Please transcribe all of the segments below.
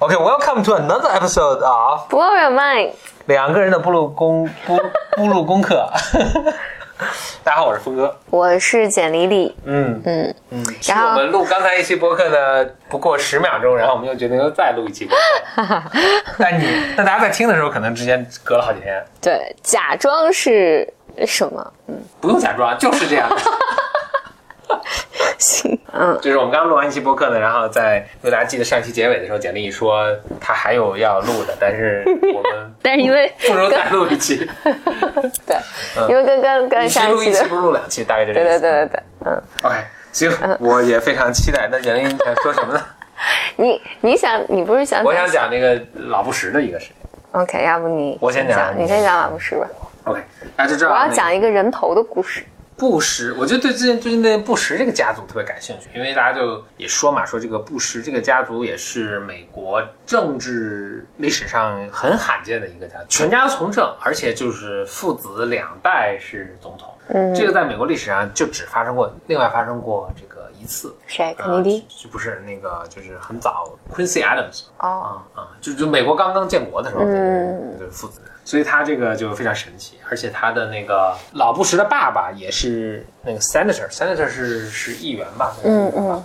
Okay, welcome to another episode of Blow your mind，两个人的步入功 步步入功课。 大家好，我是峰哥。我是简丽丽。嗯嗯，嗯，是然后我们录刚才一期播客呢，不过十秒钟，然后我们又决定又再录一期播客。 但你但大家在听的时候，可能之间隔了好几天。对，假装是 什么？不用假装，就是这样。行，嗯，就是我们刚录完一期播客呢，然后在如果大家记得上期结尾的时候，简历说他还有要录的，但是我们但是因为不如再录一 期。对，因为跟跟跟一期上录一嗯期一期，的，不如录两期，大概就这对个意对思。对对对，嗯， OK，行，呃我也非常期待。那简历你想说什么呢？你你想，你不是 想我想讲那个老不实的一个事情。 ？OK，要不你我先讲啊你你先讲马布什吧， OK，大家就知道我要那个讲一个人头的故事。布什，我就对最近最近那布什这个家族特别感兴趣，因为大家就也说嘛，说这个布什这个家族也是美国政治历史上很罕见的一个家族，全家从政，而且就是父子两代是总统，嗯，这个在美国历史上就只发生过，另外发生过这个一次，谁？呃肯尼迪？就不是那个，就是很早 Quincy Adams 哦，啊啊，就就美国刚刚建国的时候，嗯，就是父子，所以他这个就非常神奇，而且他的那个老布什的爸爸也是那个 senator，senator 是是议员吧，嗯嗯，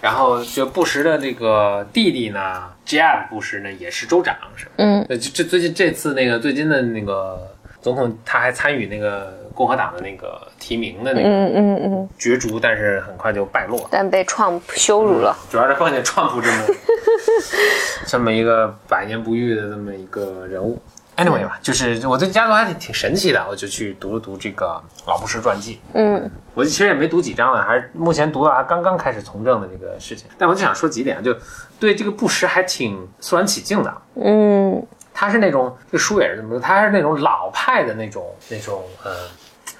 然后就布什的那个弟弟呢，Jeb 布什呢也是州长，是吧？嗯，对，就这最近这次那个最近的那个总统，他还参与那个共和党的那个提名的那个嗯嗯嗯，角逐，但是很快就败落了。但被 Trump 羞辱了。主要是碰见川普这么这么一个百年不遇的这么一个人物。Anyway 吧，就是我对家族还挺挺神奇的，我就去读了读这个老布什传记。嗯我其实也没读几章了，啊还是目前读到他刚刚开始从政的这个事情。但我就想说几点，就对这个布什还挺肃然起敬的。啊嗯他是那种这个书也是呃这么说，他是那种老派的那种那种呃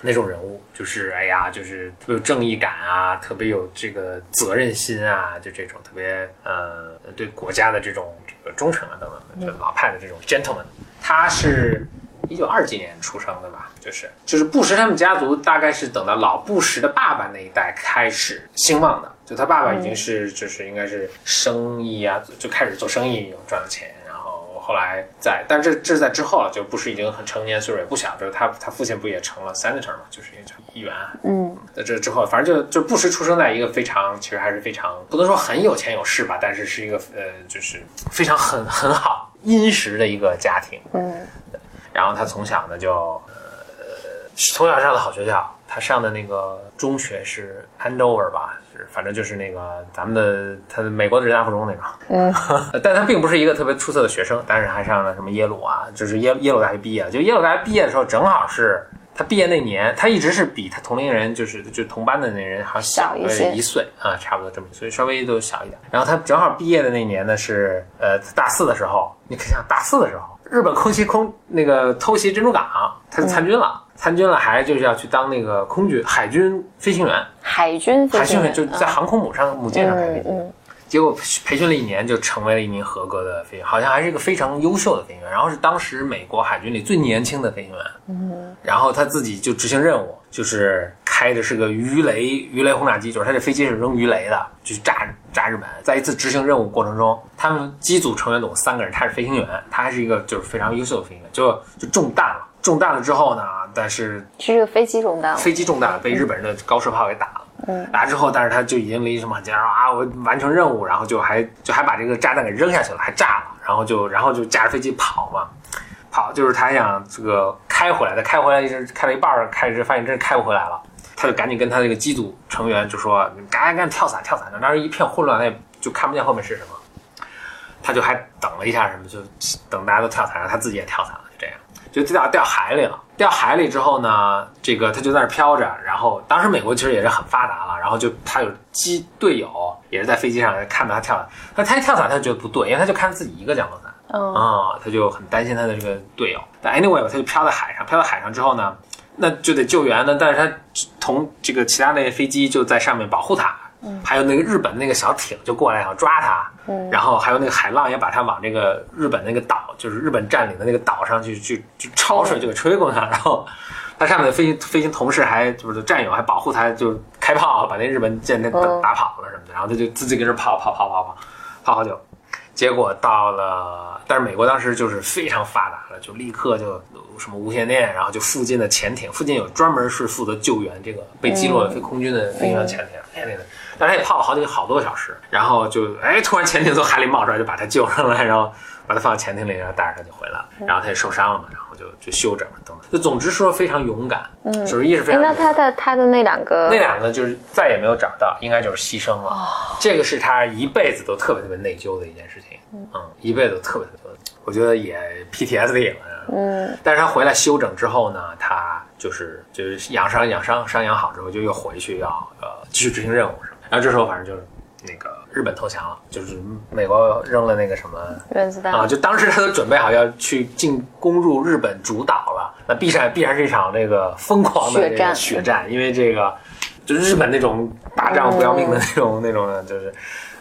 那种人物，就是哎呀，就是特别有正义感啊，特别有这个责任心啊，就这种特别呃对国家的这种这个忠诚啊等等，就老派的这种 gentleman。他是一九二几年出生的吧，就是就是布什他们家族大概是等到老布什的爸爸那一代开始兴旺的，就他爸爸已经是、就是应该是生意啊，就开始做生意赚了钱，然后后来在，但是这这是在之后了，就布什已经很成年岁数也不小，就是他他父亲不也成了 senator 嘛，就是一个议员，嗯，在这之后，反正就就布什出生在一个非常，其实还是非常不能说很有钱有势吧，但是是一个呃，就是非常很很好殷实的一个家庭。嗯，然后他从小呢就呃，从小上的好学校，他上的那个中学是 Andover 吧，是反正就是那个咱们的他的美国的人大附中那种。嗯，但他并不是一个特别出色的学生，但是还上了什么耶鲁啊，就是耶耶鲁大学毕业了，就耶鲁大学毕业的时候正好是。他毕业那年，他一直是比他同龄人，就是就同班的那人，好像小一个些一岁啊，差不多这么，所以稍微都小一点。然后他正好毕业的那年呢是，呃，大四的时候，你可以想大四的时候，日本空袭空那个偷袭珍珠港，他就嗯参军了，参军了还就是要去当那个空军海军飞行员，海军飞海军行飞员就在航空母上母舰上开飞嗯机。嗯结果培训了一年，就成为了一名合格的飞行员，好像还是一个非常优秀的飞行员。然后是当时美国海军里最年轻的飞行员。嗯，然后他自己就执行任务，就是开的是个鱼雷鱼雷轰炸机，就是他这飞机是扔鱼雷的，去炸炸日本。在一次执行任务过程中，他们机组成员总共三个人，他是飞行员，他还是一个就是非常优秀的飞行员，就就中弹了。中弹了之后呢，但是是这个飞机中弹了。飞机中弹，被日本人的高射炮给打了。打了之后，但是他就已经离什么很近，然后啊，我完成任务，然后就还就还把这个炸弹给扔下去了，还炸了，然后就然后就驾着飞机跑嘛，跑就是他想这个开回来的，开回来一直开了一半儿，开始发现真是开不回来了，他就赶紧跟他这个机组成员就说，你赶紧赶紧跳伞跳伞，当时一片混乱，他也就看不见后面是什么，他就还等了一下什么，就等大家都跳伞，然后他自己也跳伞了，就这样。就掉掉海里了。掉海里之后呢，这个他就在那儿飘着。然后当时美国其实也是很发达了，然后就他有机队友也是在飞机上看到他跳伞，但他一跳伞他就觉得不对，因为他就看自己一个降落伞。嗯啊、他就很担心他的这个队友。但 anyway，他就飘在海上，飘到海上之后呢，那就得救援呢。但是他同这个其他那飞机就在上面保护他，还有那个日本那个小艇就过来想抓他，然后还有那个海浪也把他往这个日本那个岛，就是日本占领的那个岛上去去去潮水就给吹过去了， 然后。他上面的飞行飞行同事还就是战友还保护他，就开炮把那日本舰给打嗯打跑了什么的，然后他就自己跟这儿跑跑跑跑跑跑好久，结果到了，但是美国当时就是非常发达了，就立刻就什么无线电，然后就附近的潜艇，附近有专门是负责救援这个被击落的非空军的飞行员潜艇，嗯哎那个，但是也泡了好几个好多个小时，然后就哎突然潜艇从海里冒出来，就把他救上来，然后把他放到潜艇里，然后带着他就回来了，嗯然后他也受伤了嘛，然后就就休整了等等，就总之说非常勇敢，嗯，手艺是非哎，常勇那敢。他的他的那两个那两个就是再也没有找到，应该就是牺牲了。这个是他一辈子都特别特别内疚的一件事情，嗯，一辈子都特别特别，我觉得也 PTSD 了。嗯，但是他回来休整之后呢，他就是就是养伤养伤伤养好之后，就又回去要呃继续执行任务什么的。然后这时候反正就是那个日本投降了，就是美国扔了那个什么。原子弹啊，就当时他都准备好要去进攻入日本主岛了，那必然必然是一场这个疯狂的血这个战血战，因为这个就是日本那种打嗯仗不要命的那种、那种的，就是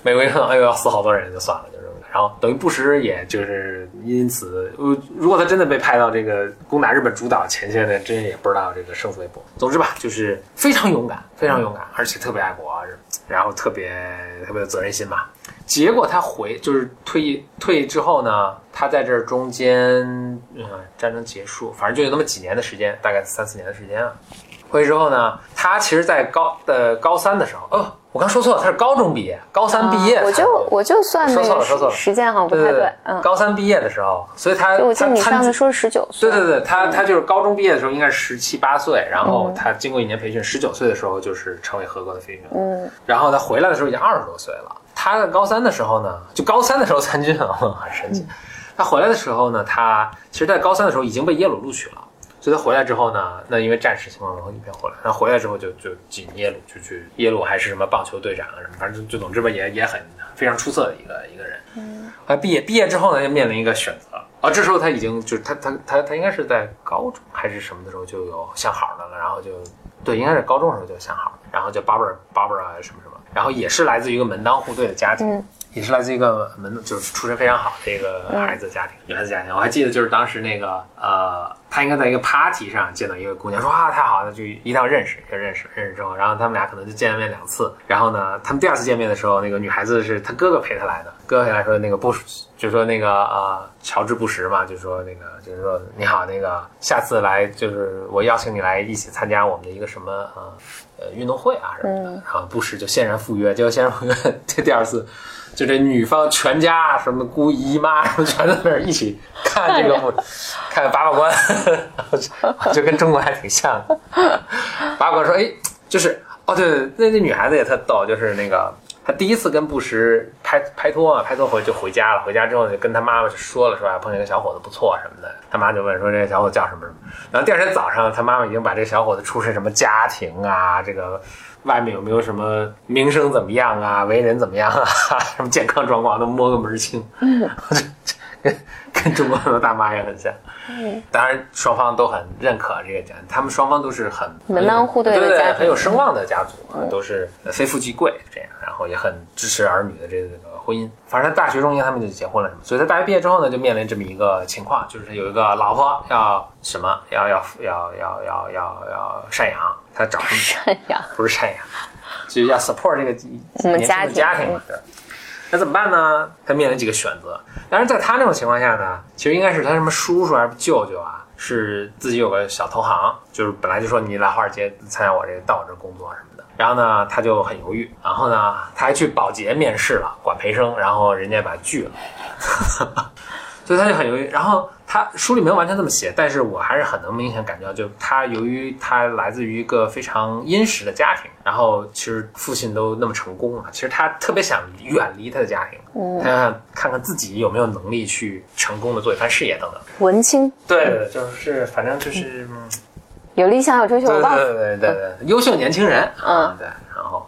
美国一看，哎呦要死好多人就算了，就是。然后等于布什也就是因此，呃如果他真的被派到这个攻打日本主岛前线的，真也不知道这个生死未卜。总之吧，就是非常勇敢，非常勇敢，而且特别爱国，啊然后特别特别有责任心吧。结果他回就是退役退役之后呢，他在这儿中间，嗯、战争结束，反正就有那么几年的时间，大概三四年的时间啊。回去之后呢，他其实，在高呃高三的时候，哦，我刚说错了，他是高中毕业，高三毕业才、啊我就我就算那说错了个说错了时时间好像不对太对对对，，嗯，高三毕业的时候，所以他就我记他得你上参次说十九岁，对对 对，他他就是高中毕业的时候应该是十七八岁，然后他经过一年培训，十九岁的时候就是成为合格的飞行员。嗯，然后他回来的时候已经二十多岁了。他在高三的时候呢，就高三的时候参军啊， 很神奇。他回来的时候呢，他其实，在高三的时候已经被耶鲁录取了。所以他回来之后呢，那因为战时情况，然后一边回来，那回来之后就就进耶鲁，就去耶鲁还是什么棒球队长啊什么，反正就就总之吧，也也很非常出色的一个一个人。啊，毕业毕业之后呢，就面临一个选择啊。这时候他已经就是他他他他应该是在高中还是什么的时候就有相好的了，然后就对，应该是高中的时候就相好了，然后就 Barbara Barbara 什么什么，然后也是来自于一个门当户对的家庭。也是来自一个门，就是出身非常好的一个孩子家庭，女孩子家庭。我还记得，就是当时那个呃，他应该在一个 party 上见到一个姑娘，说啊太好了，就一定要认识，就认识，认识之后，然后他们俩可能就见了面两次。然后呢，他们第二次见面的时候，那个女孩子是他哥哥陪她来的，哥哥陪她来说那个不，就说那个呃乔治布什嘛，就说那个就是说你好，那个下次来就是我邀请你来一起参加我们的一个什么呃呃运动会啊什么的，然后布什就欣然赴约，结果欣然赴约 这第二次。就这女方全家什么姑姨妈什么全在那儿一起看这个幕，看八卦关， 就跟中国还挺像的。八卦说，哎，就是哦，对对，那那女孩子也特逗，就是那个她第一次跟布什拍拍拖嘛，拍拖回就回家了，回家之后就跟她妈妈就说了，说啊碰见个小伙子不错什么的，她妈就问说这个小伙子叫什么什么，然后第二天早上她妈妈已经把这个小伙子出身什么家庭啊，这个。外面有没有什么名声怎么样啊，为人怎么样啊，什么健康状况都摸个门儿清，跟跟中国的大妈也很像。嗯当然双方都很认可这个家，他们双方都是很门当户对的对对家对庭嗯很有声望的家族啊，都是非富即贵这样，然后也很支持儿女的这个婚姻。反正大学中间他们就结婚了什么，所以他大学毕业之后呢，就面临这么一个情况，就是有一个老婆要什么要要要要要要要赡养，他找什么赡养， 不是赡养，就是要 support 这个我年们轻家的庭家庭嘛。对那怎么办呢？他面临几个选择。但是在他那种情况下呢，其实应该是他什么叔叔还是舅舅啊，是自己有个小投行，就是本来就说你来华尔街参加我这个到我这儿工作什么的。然后呢，他就很犹豫。然后呢，他还去保洁面试了，管培生，然后人家把他拒了。所以他就很犹豫。然后他书里没有完全这么写，但是我还是很能明显感觉到，就他由于他来自于一个非常殷实的家庭，然后其实父亲都那么成功啊了，其实他特别想远离他的家庭，嗯，看看看自己有没有能力去成功的做一番事业等等。文青，对对，就是反正就是。嗯有理想有追求，我忘对了，对对对对，优秀年轻人，啊，对，然后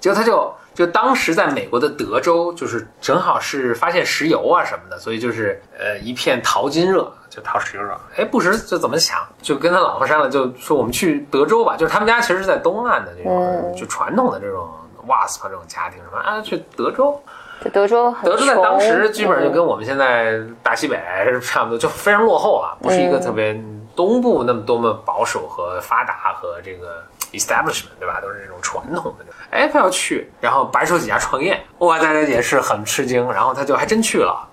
结果他就就当时在美国的德州，就是正好是发现石油啊什么的，所以就是呃一片淘金热。就淘石油热，哎，布什就怎么想，就跟他老婆商量，就说我们去德州吧。就是他们家其实是在东岸的这种，就传统的这种 WASP 这种家庭，什么啊，去德州，就德州很德州在穷嗯当时基本上就跟我们现在大西北差不多，就非嗯常落后啊，不是一个特别东部那么多么保守和发达和这个 establishment 对吧？都是那种传统的。哎，他要去，然后白手起家创业，哇，大家也是很吃惊。然后他就还真去了，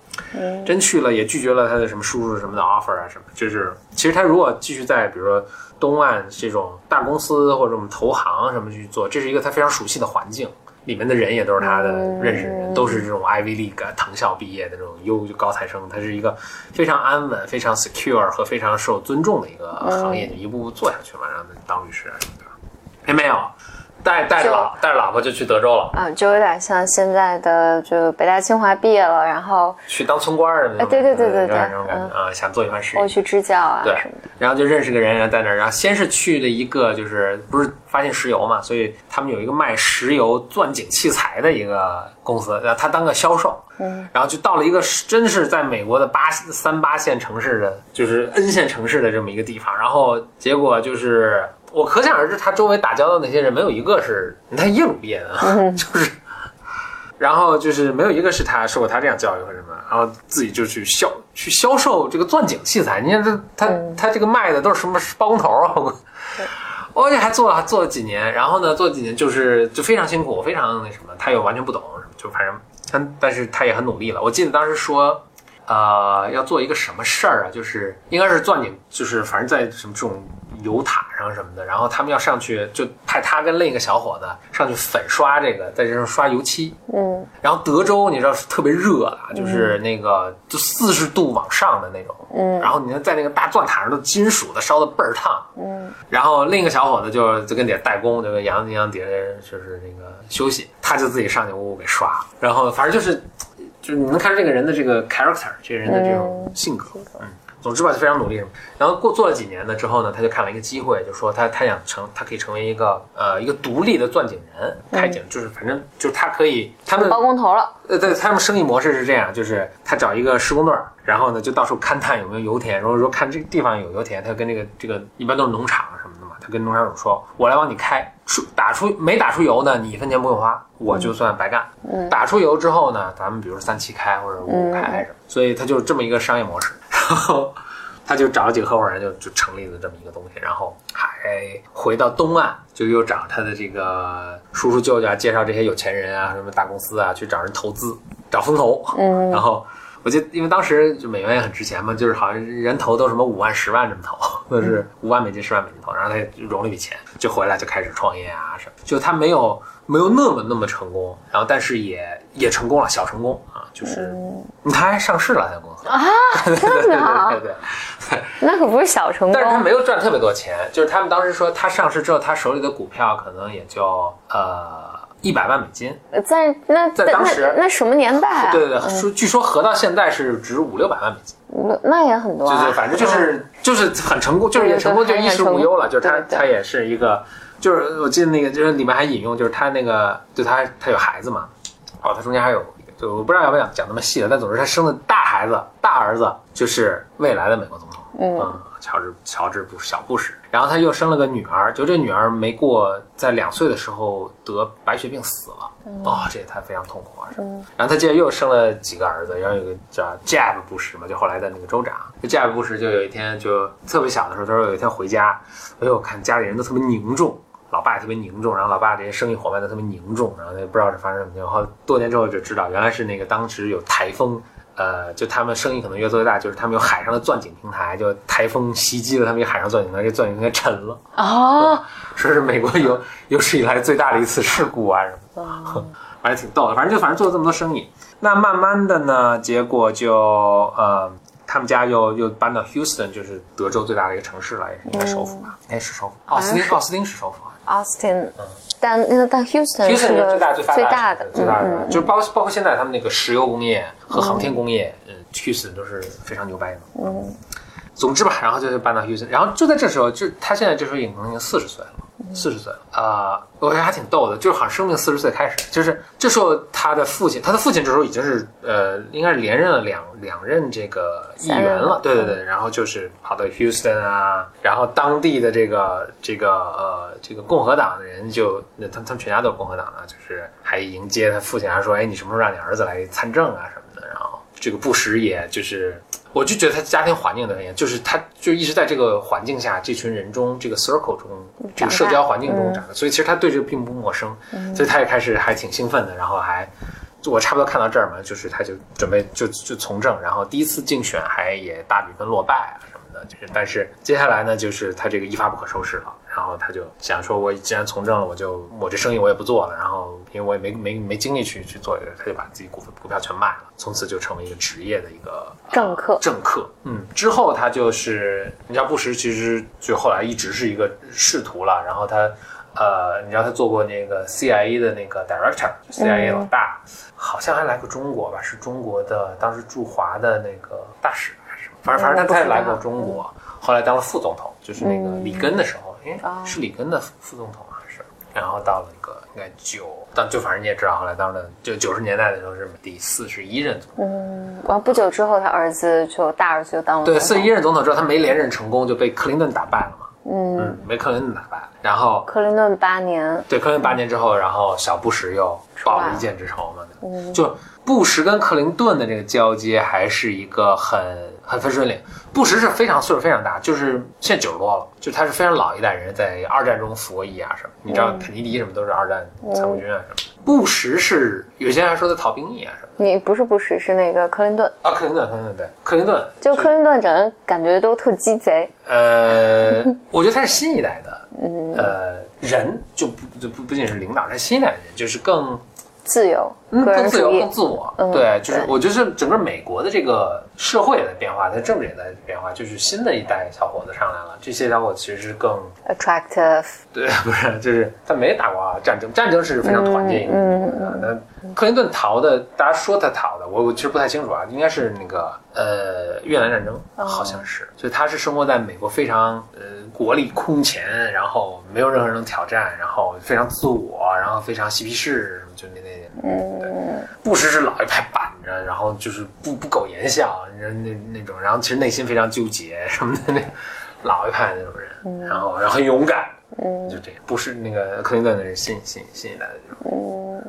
真去了也拒绝了他的什么叔叔什么的 offer 啊什么。就是其实他如果继续在比如说东岸这种大公司或者我们投行什么去做，这是一个他非常熟悉的环境。里面的人也都是他的嗯认识人，都是这种 Ivy League 啊藤校毕业的这种优高材生，他是一个非常安稳、非常 secure 和非常受尊重的一个嗯行业，就一步步做下去嘛，然后当律师啊什么的。哎，没有，带带着就老带着老婆就去德州了，嗯，就有点像现在的，就北大清华毕业了，然后去当村官儿什么的，哎对对对对有对嗯点那种感觉啊，想做一番事业我。去支教啊对什么的。，然后就认识个人，然后在那儿，然后先是去了一个，就是不是发现石油嘛，所以他们有一个卖石油钻井器材的一个公司，然后他当个销售，嗯，然后就到了一个是真是在美国的八三八线城市的，就是 N 线城市的这么一个地方，然后结果就是我可想而知，他周围打交道的那些人没有一个是，你看耶鲁毕业的 啊，就是。然后就是没有一个是他受过他这样教育或者什么，然后自己就去销去销售这个钻井器材。你看这他、他这个卖的都是什么包工头啊？我我这还做了还做了几年，然后呢做了几年就是就非常辛苦，非常那什么，他又完全不懂什么，就反正他但是他也很努力了。我记得当时说。呃，要做一个什么事儿啊？就是应该是钻井，就是反正在什么这种油塔上什么的，然后他们要上去，就派他跟另一个小伙子上去粉刷这个，在这上刷油漆。嗯，然后德州你知道是特别热啊，就是那个就四十度往上的那种，嗯，然后你看在那个大钻塔上都金属的，烧的倍儿烫，嗯，然后另一个小伙子就就跟底下代工，就跟杨洋杨底下人就是那个休息，他就自己上去呜呜给刷了，然后反正就是就是你能看出这个人的这个 character，这个人的这种性格，嗯。总之吧，就非常努力什么。然后过做了几年呢之后呢，他就看了一个机会，就说他他想成，他可以成为一个呃一个独立的钻井人，开井、就是反正就是他可以，他们包工头了，呃，对，他们生意模式是这样，就是他找一个施工队儿，然后呢就到处勘探有没有油田，如果说看这个地方有油田，他就跟这个这个一般都是农场啊什么的嘛，他跟农场主说，我来帮你开，出打出没打出油呢，你一分钱不用花，我就算白干。打出油之后呢，咱们比如三七开或者五五开什么，所以他就是这么一个商业模式， 然后。他就找了几个合伙人就，就成立了这么一个东西，然后还哎回到东岸，就又找他的这个叔叔舅舅啊，介绍这些有钱人啊，什么大公司啊，去找人投资，找风投。嗯，然后我记得，因为当时就美元也很值钱嘛，就是好像人投都什么五万、十万这么投， 都是五万美金、十万美金投，然后他也融了一笔钱，就回来就开始创业啊什么，就他没有没有那么那么成功，然后但是也也成功了，小成功啊，就是、他还上市了他的公哦司啊，对对 对这么好对对。啊那可不是小成但是他功。没有赚特别多钱，就是他们当时说他上市之后，他手里的股票可能也就呃一百万美金。在那在当时那那什么年代啊？对对对，说据说合到现在是值五六百万美金，对，那也很多就啊。是反正就是就是很成功，就是也成功就对对衣对食无忧了，很就是他成功对对他也是一个，就是我记得那个就是里面还引用就是他那个就他他有孩子嘛，哦，他中间还有。就我不知道要不要讲那么细了，但总之他生的大孩子、大儿子就是未来的美国总统，嗯，乔治乔治布什小布什，然后他又生了个女儿，就这女儿没过在两岁的时候得白血病死了，哦，这也太非常痛苦啊！是吧然后他接着又生了几个儿子，然后有个叫 Jeb 布什嘛，就后来的那个州长，就 Jeb 布什就有一天就特别小的时候，他说有一天回家，哎呦，看家里人都特别凝重。老爸也特别凝重，然后老爸这些生意伙伴都特别凝重，然后也不知道是发生什么情况。然后多年之后就知道，原来是那个当时有台风，呃，就他们生意可能越做越大，就是他们有海上的钻井平台，就台风袭击了他们一个海上钻井平台，这钻井平台沉了，哦，说是美国有有史以来最大的一次事故啊什么的， 反正挺逗的。反正就反正做了这么多生意，那慢慢的呢，结果就呃，他们家又又搬到 Houston，就是德州最大的一个城市了，也是应该首府吧？应该是首府，奥斯汀奥斯汀是首府啊。 Austin，但那个但 Houston 是是最个大最发最大大的嗯的，嗯最大的，就是包括包括现在他们那个石油工业和航天工业，呃，Houston 都是非常牛掰的。嗯，总之吧，然后就就搬到 Houston，然后就在这时候，就他现在这时候已经四十岁了。四十岁了啊、我觉得还挺逗的，就是好像生命四十岁开始，就是这时候他的父亲，他的父亲这时候已经是呃，应该是连任了两两任这个议员了，对对对，然后就是跑到 Houston 啊，然后当地的这个这个呃这个共和党的人就，那他们他们全家都是共和党的，就是还迎接他父亲，还说，哎，你什么时候让你儿子来参政啊什么的，然后这个布什也就是我就觉得他家庭环境的原因，就是他就一直在这个环境下，这群人中，这个 circle 中，这个社交环境中长大，所以其实他对这个并不陌生，所以他也开始还挺兴奋的，然后还我差不多看到这儿嘛，就是他就准备就就从政，然后第一次竞选还也大比分落败啊什么的，就是但是接下来呢，就是他这个一发不可收拾了。然后他就想说，我既然从政了，我就我这生意我也不做了，然后因为我也没没没精力去去做这个，他就把自己股份股票全卖了，从此就成为一个职业的一个呃政客政客，嗯，之后他就是，你知道布什其实就后来一直是一个仕途了，然后他。呃，你知道他做过那个 CIA 的那个嗯 director，CIA E 老大，好像还来过中国吧？是中国的当时驻华的那个大使还是什么？反正反正他他也来过中国，后来当了副总统，就是那个里根的时候，哎、是里根的副副总统还是？然后到了一个应该九，但就反正你也知道，后来当了就九十年代的时候是第四十一任总统，然后不久之后，他儿子就大儿子就当了对总四十统一任总统之后他没连任成功，就被克林顿打败了嘛，嗯，被克林顿打败了，然后克林顿八年，对，克林顿八年之后，然后小布什又报了一箭之仇嘛，就布什跟克林顿的这个交接还是一个很很分水岭。布什是非常岁数非常大，就是现在九十多了，就他是非常老一代人，在二战中服过役啊什么。你知道肯尼迪什么都是二战参谋军啊什么的。布什是有些人还说他逃兵役啊什么你不是布什，是那个克林顿。的。啊，克林顿，克林顿对，克林顿就克林顿整个人感觉都特鸡贼，呃，我觉得他是新一代的，呃，人就不就不不仅是领导，他是新一代的人就是更。自由，嗯，个更人自主由、义更。自我。嗯对，就是对我觉得是整个美国的这个社会也在变化，它政治也在变化，就是新的一代小伙子上来了，这些小伙子其实是更 attractive，对， 不是，就是他没打过啊战争，战争是非常团结一个民族的。那、克林顿逃的，大家说他逃的，我我其实不太清楚啊，应该是那个呃越南战争，好像是，所以他是生活在美国非常呃国力空前，然后没有任何人能挑战，然后非常自我，然后非常嬉皮士，就那那，嗯，对，布什是老一派板着，然后就是不不苟言笑，那那那种，然后其实内心非常纠结什么的那。老一派那种人，然后然后很勇敢，就这样，不是那个克林顿的是新新新一代的这种。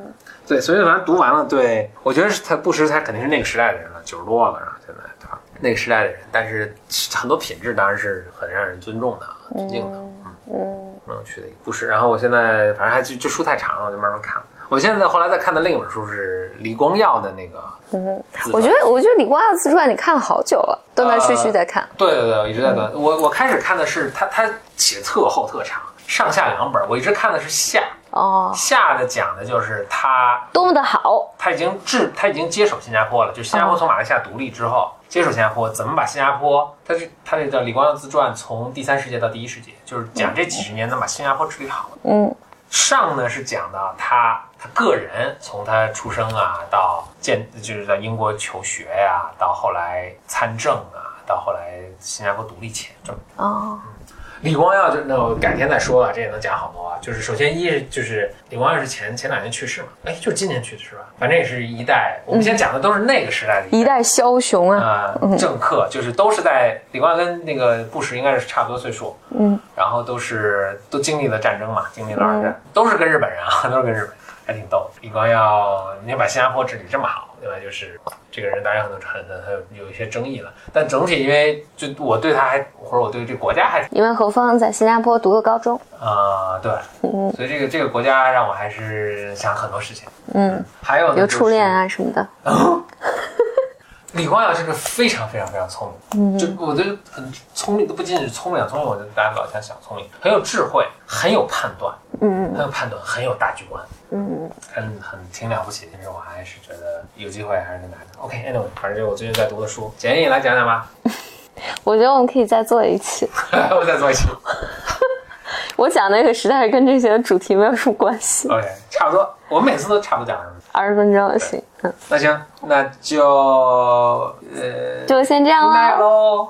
对，所以反正读完了，对我觉得是他布什他肯定是那个时代的人了，九十多了，然后现在对吧？那个时代的人，但是很多品质当然是很让人尊重的、尊敬的，嗯嗯，很有趣的一个故事。然后我现在反正还就就书太长了，我就慢慢看了。我现在后来在看的另一本书是李光耀的那个，嗯，我觉得我觉得李光耀自传你看了好久了，断呃断续续在看。对对对，我一直在读。我我开始看的是他他写得特厚特长，上下两本，我一直看的是下。哦，下的讲的就是他，多么的好，他已经治，他已经接手新加坡了。就新哦加坡从马来西亚独立之后，接手新加坡，怎么把新加坡，他是他这叫李光耀自传，从第三世界到第一世界，就是讲这几十年能把新加坡治理好。嗯，上呢是讲到他他个人，从他出生啊到建，就是在英国求学呀、到后来参政啊，到后来新加坡独立前，就哦，李光耀就那我改天再说吧，这也能讲好多啊。就是首先一是就是李光耀是前前两年去世嘛，哎，就是今年去世吧，反正也是一代。我们现在讲的都是那个时代的一代枭雄啊，啊、政客，就是都是在李光耀跟那个布什应该是差不多岁数，嗯，然后都是都经历了战争嘛，经历了二战，嗯都是跟日本人啊， 都是跟日本人，还挺逗的。李光耀，你把新加坡治理这么好，对吧？就是这个人当然很多很很很有一些争议了，但整体因为就我对他还或者我对这个国家还因为何方在新加坡读的高中，啊、对，嗯所以这个这个国家让我还是想很多事情。嗯，还有呢有就是初恋啊什么的。李光耀是个非常非常非常聪嗯明，就我觉得很聪明，都不仅仅是聪明，聪明我觉得大家老想小聪明，很有智慧，很有判断，嗯，很有判断，很有大局观，嗯，很很挺了不起的。但是我还是觉得有机会还是跟大家 OK，anyway，、反正就是我最近在读的书，简易来讲讲吧， 我觉得我们可以再做一期，我再做一期我讲那个实在是跟这些主题没有什么关系， ，OK，差不多，我每次都差不多讲什么。二十分钟就行，嗯，那行，那就呃，就先这样拜啦。喽。